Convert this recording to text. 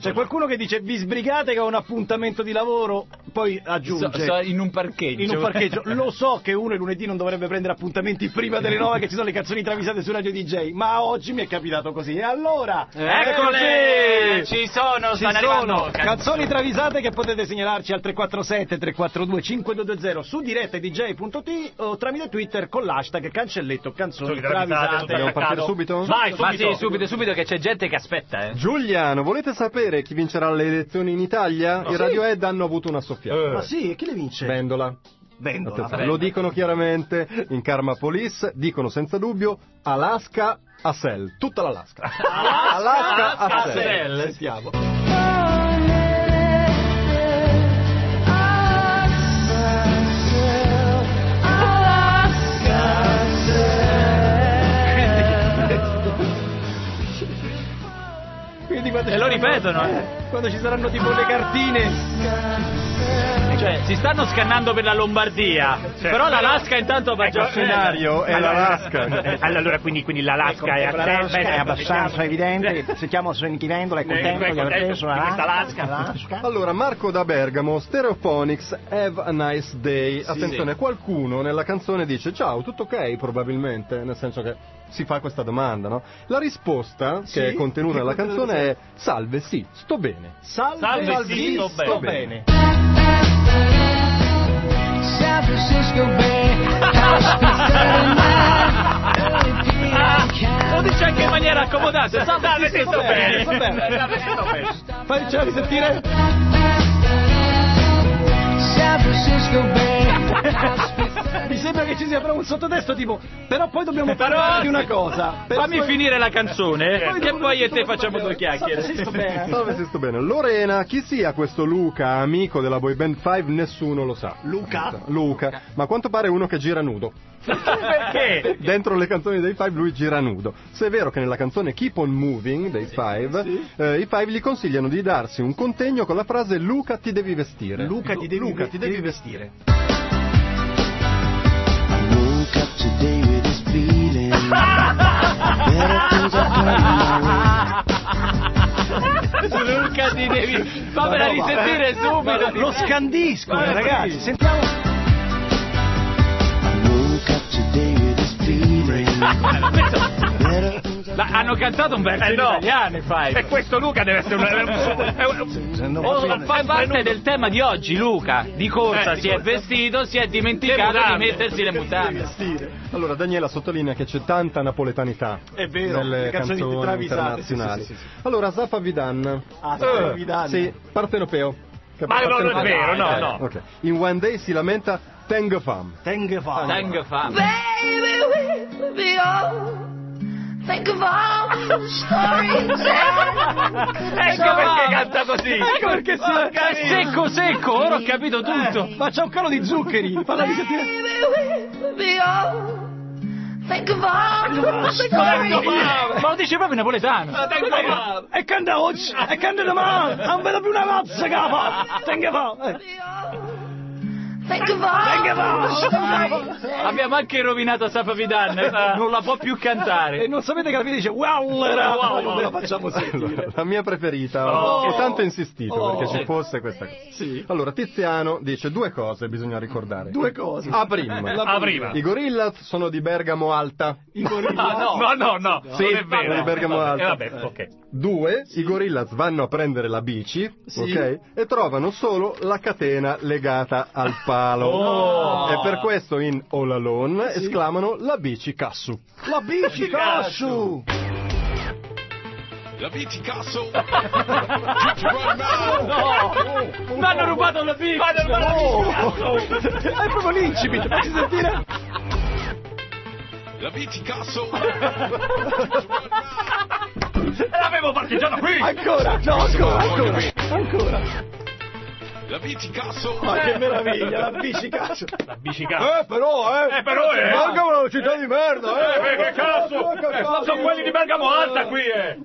C'è qualcuno che dice vi sbrigate che ho un appuntamento di lavoro, poi aggiunge So- so- in un parcheggio. Eh, in un parcheggio. Lo so che uno il lunedì non dovrebbe prendere appuntamenti prima delle nove che ci sono le canzoni travisate su Radio DJ, ma oggi mi è capitato così. E allora, Eccole! eccoci! Ci sono, Ci stanno sono arrivando. canzoni travisate che potete segnalarci al 347 342 5220 su diretta dj.t o tramite Twitter con l'hashtag cancelletto canzoni travisate. Dobbiamo partire subito? Vai, ma subito. sì, subito, subito che c'è gente che aspetta, eh. Giuliano, volete sapere chi vincerà le elezioni in Italia? I sì. Eh. Radio Ed hanno avuto una soffiata. Ma sì, e chi le vince? Vendola. Vendola. Attenzione, Lo dicono chiaramente in Karma Police, dicono senza dubbio Alaska Assel, tutta l'Alaska. Alaska, Alaska Assel. Assel. Sentiamo. Quindi quando E ci lo saranno- ripetono, eh. Quando ci saranno tipo le cartine. Cioè, si stanno scannando per la Lombardia. però l'Alaska intanto va già Il scenario è l'Alaska. Eh, Allora, quindi, quindi Ah, Ecco, Ecco, l'Alaska è a terra, è abbastanza Eh, evidente. Se chiamo Sonichi Vendola ecco, è contento di ecco. aver preso eh? una Alaska. Allora, Marco da Bergamo, Stereophonics, Have a Nice Day. Attenzione, qualcuno nella canzone dice ciao, tutto ok probabilmente, nel senso che si fa questa domanda, no? La risposta che è contenuta nella canzone è salve, sì, sto bene. Salve, Salve, Salve sì, sto, sto bene. bene. San Francisco Bay, house beside Ah, Lo dice anche in maniera accomodata. Salve, sì, sto bene. Va bene. Faccela risentire. San Francisco Bay, Mi sembra che ci sia però un sottotesto tipo però poi dobbiamo Però- parlare di una cosa. Per Fammi poi- finire la canzone, che poi io e te facciamo due Salve, sì, sto chiacchiere. bene. Eh? Salve, sì, sto bene. Lorena, chi sia questo Luca, amico della boy band 5, nessuno lo sa. Luca? Luca, ma a quanto pare è uno che gira nudo. Perché? Dentro le canzoni dei Five lui gira nudo. Se è vero che nella canzone Keep on Moving dei Five, eh, i Five gli consigliano di darsi un contegno con la frase Luca ti devi vestire. Luca ti devi, Luca, ti devi vestire. I woke up today with this feeling. Better things are coming my way. Luca ti devi... Fammela No, no, ma- risentire subito. Lo scandisco, Vai, ragazzi. sì. Sentiamo. I woke up today with this feeling. Better things are Ma hanno cantato un verso Eh, in no. italiano, i Five. E questo Luca deve essere un... è un- Oh, fa parte del tema di oggi, Luca. Di corsa Eh, di si è corsa. vestito, si è Le dimenticato di mutande. mettersi le mutande. Allora Daniela sottolinea che c'è tanta napoletanità È vero, nelle le canzoni canzoni, travisate, internazionali. sì, sì, sì, Allora Zafa Vidan, Ah, Eh, Vidal. sì, partenopeo. Che Ma non è partenopeo. Ah, vero, no, dai, no. Ok. In One Day si lamenta Tengo Fam. Tang fa. Tang fam. Baby, we will be old. Think of all the stories that Ecco perché canta così. Ecco perché Eh, si- Porca è secco secco, ora ho capito tutto. Ma c'è un calo di zuccheri. Falla di sentire. Baby, we will be old. Think of all the stories. Ma lo dice proprio in napoletano. E canta oggi, e canta domani. Non vedo più una razza capa. Tang fa. Eh. Think of all the stories. Abbiamo anche rovinato Sapa Vidan, non la può più E cantare. non sapete che alla fine dice wow, era. Wow, Non ve la facciamo Allora, sentire. la mia preferita, Oh. ho tanto insistito Oh. perché ci fosse questa cosa. Sì. Allora, Tiziano dice due cose bisogna ricordare. Due cose. A prima. La Ah, prima. I Gorillaz sono di Bergamo Alta. I gorilla. Ah, No, no, no. Sì, non è vero. di Bergamo Eh, Alto. vabbè, ok. Due, i Gorillaz vanno a prendere la bici, ok? E trovano solo la catena legata al palo. Oh. E per questo in All Alone esclamano la bici Cassu. La bici cascio. La bici cazzo! Right now! Mi hanno rubato la pizza. Oh. È proprio l'incipit. Facci sentire. La bici cazzo! L'avevo parcheggiato qui. Ancora. No, ancora, ancora. Ancora. La bici cazzo! Ma che meraviglia, Eh. la bici cazzo. La bicicata. però, Eh, però, eh. una città di merda, Eh, che cazzo. Eh, Sono quelli di Bergamo Alta qui, eh.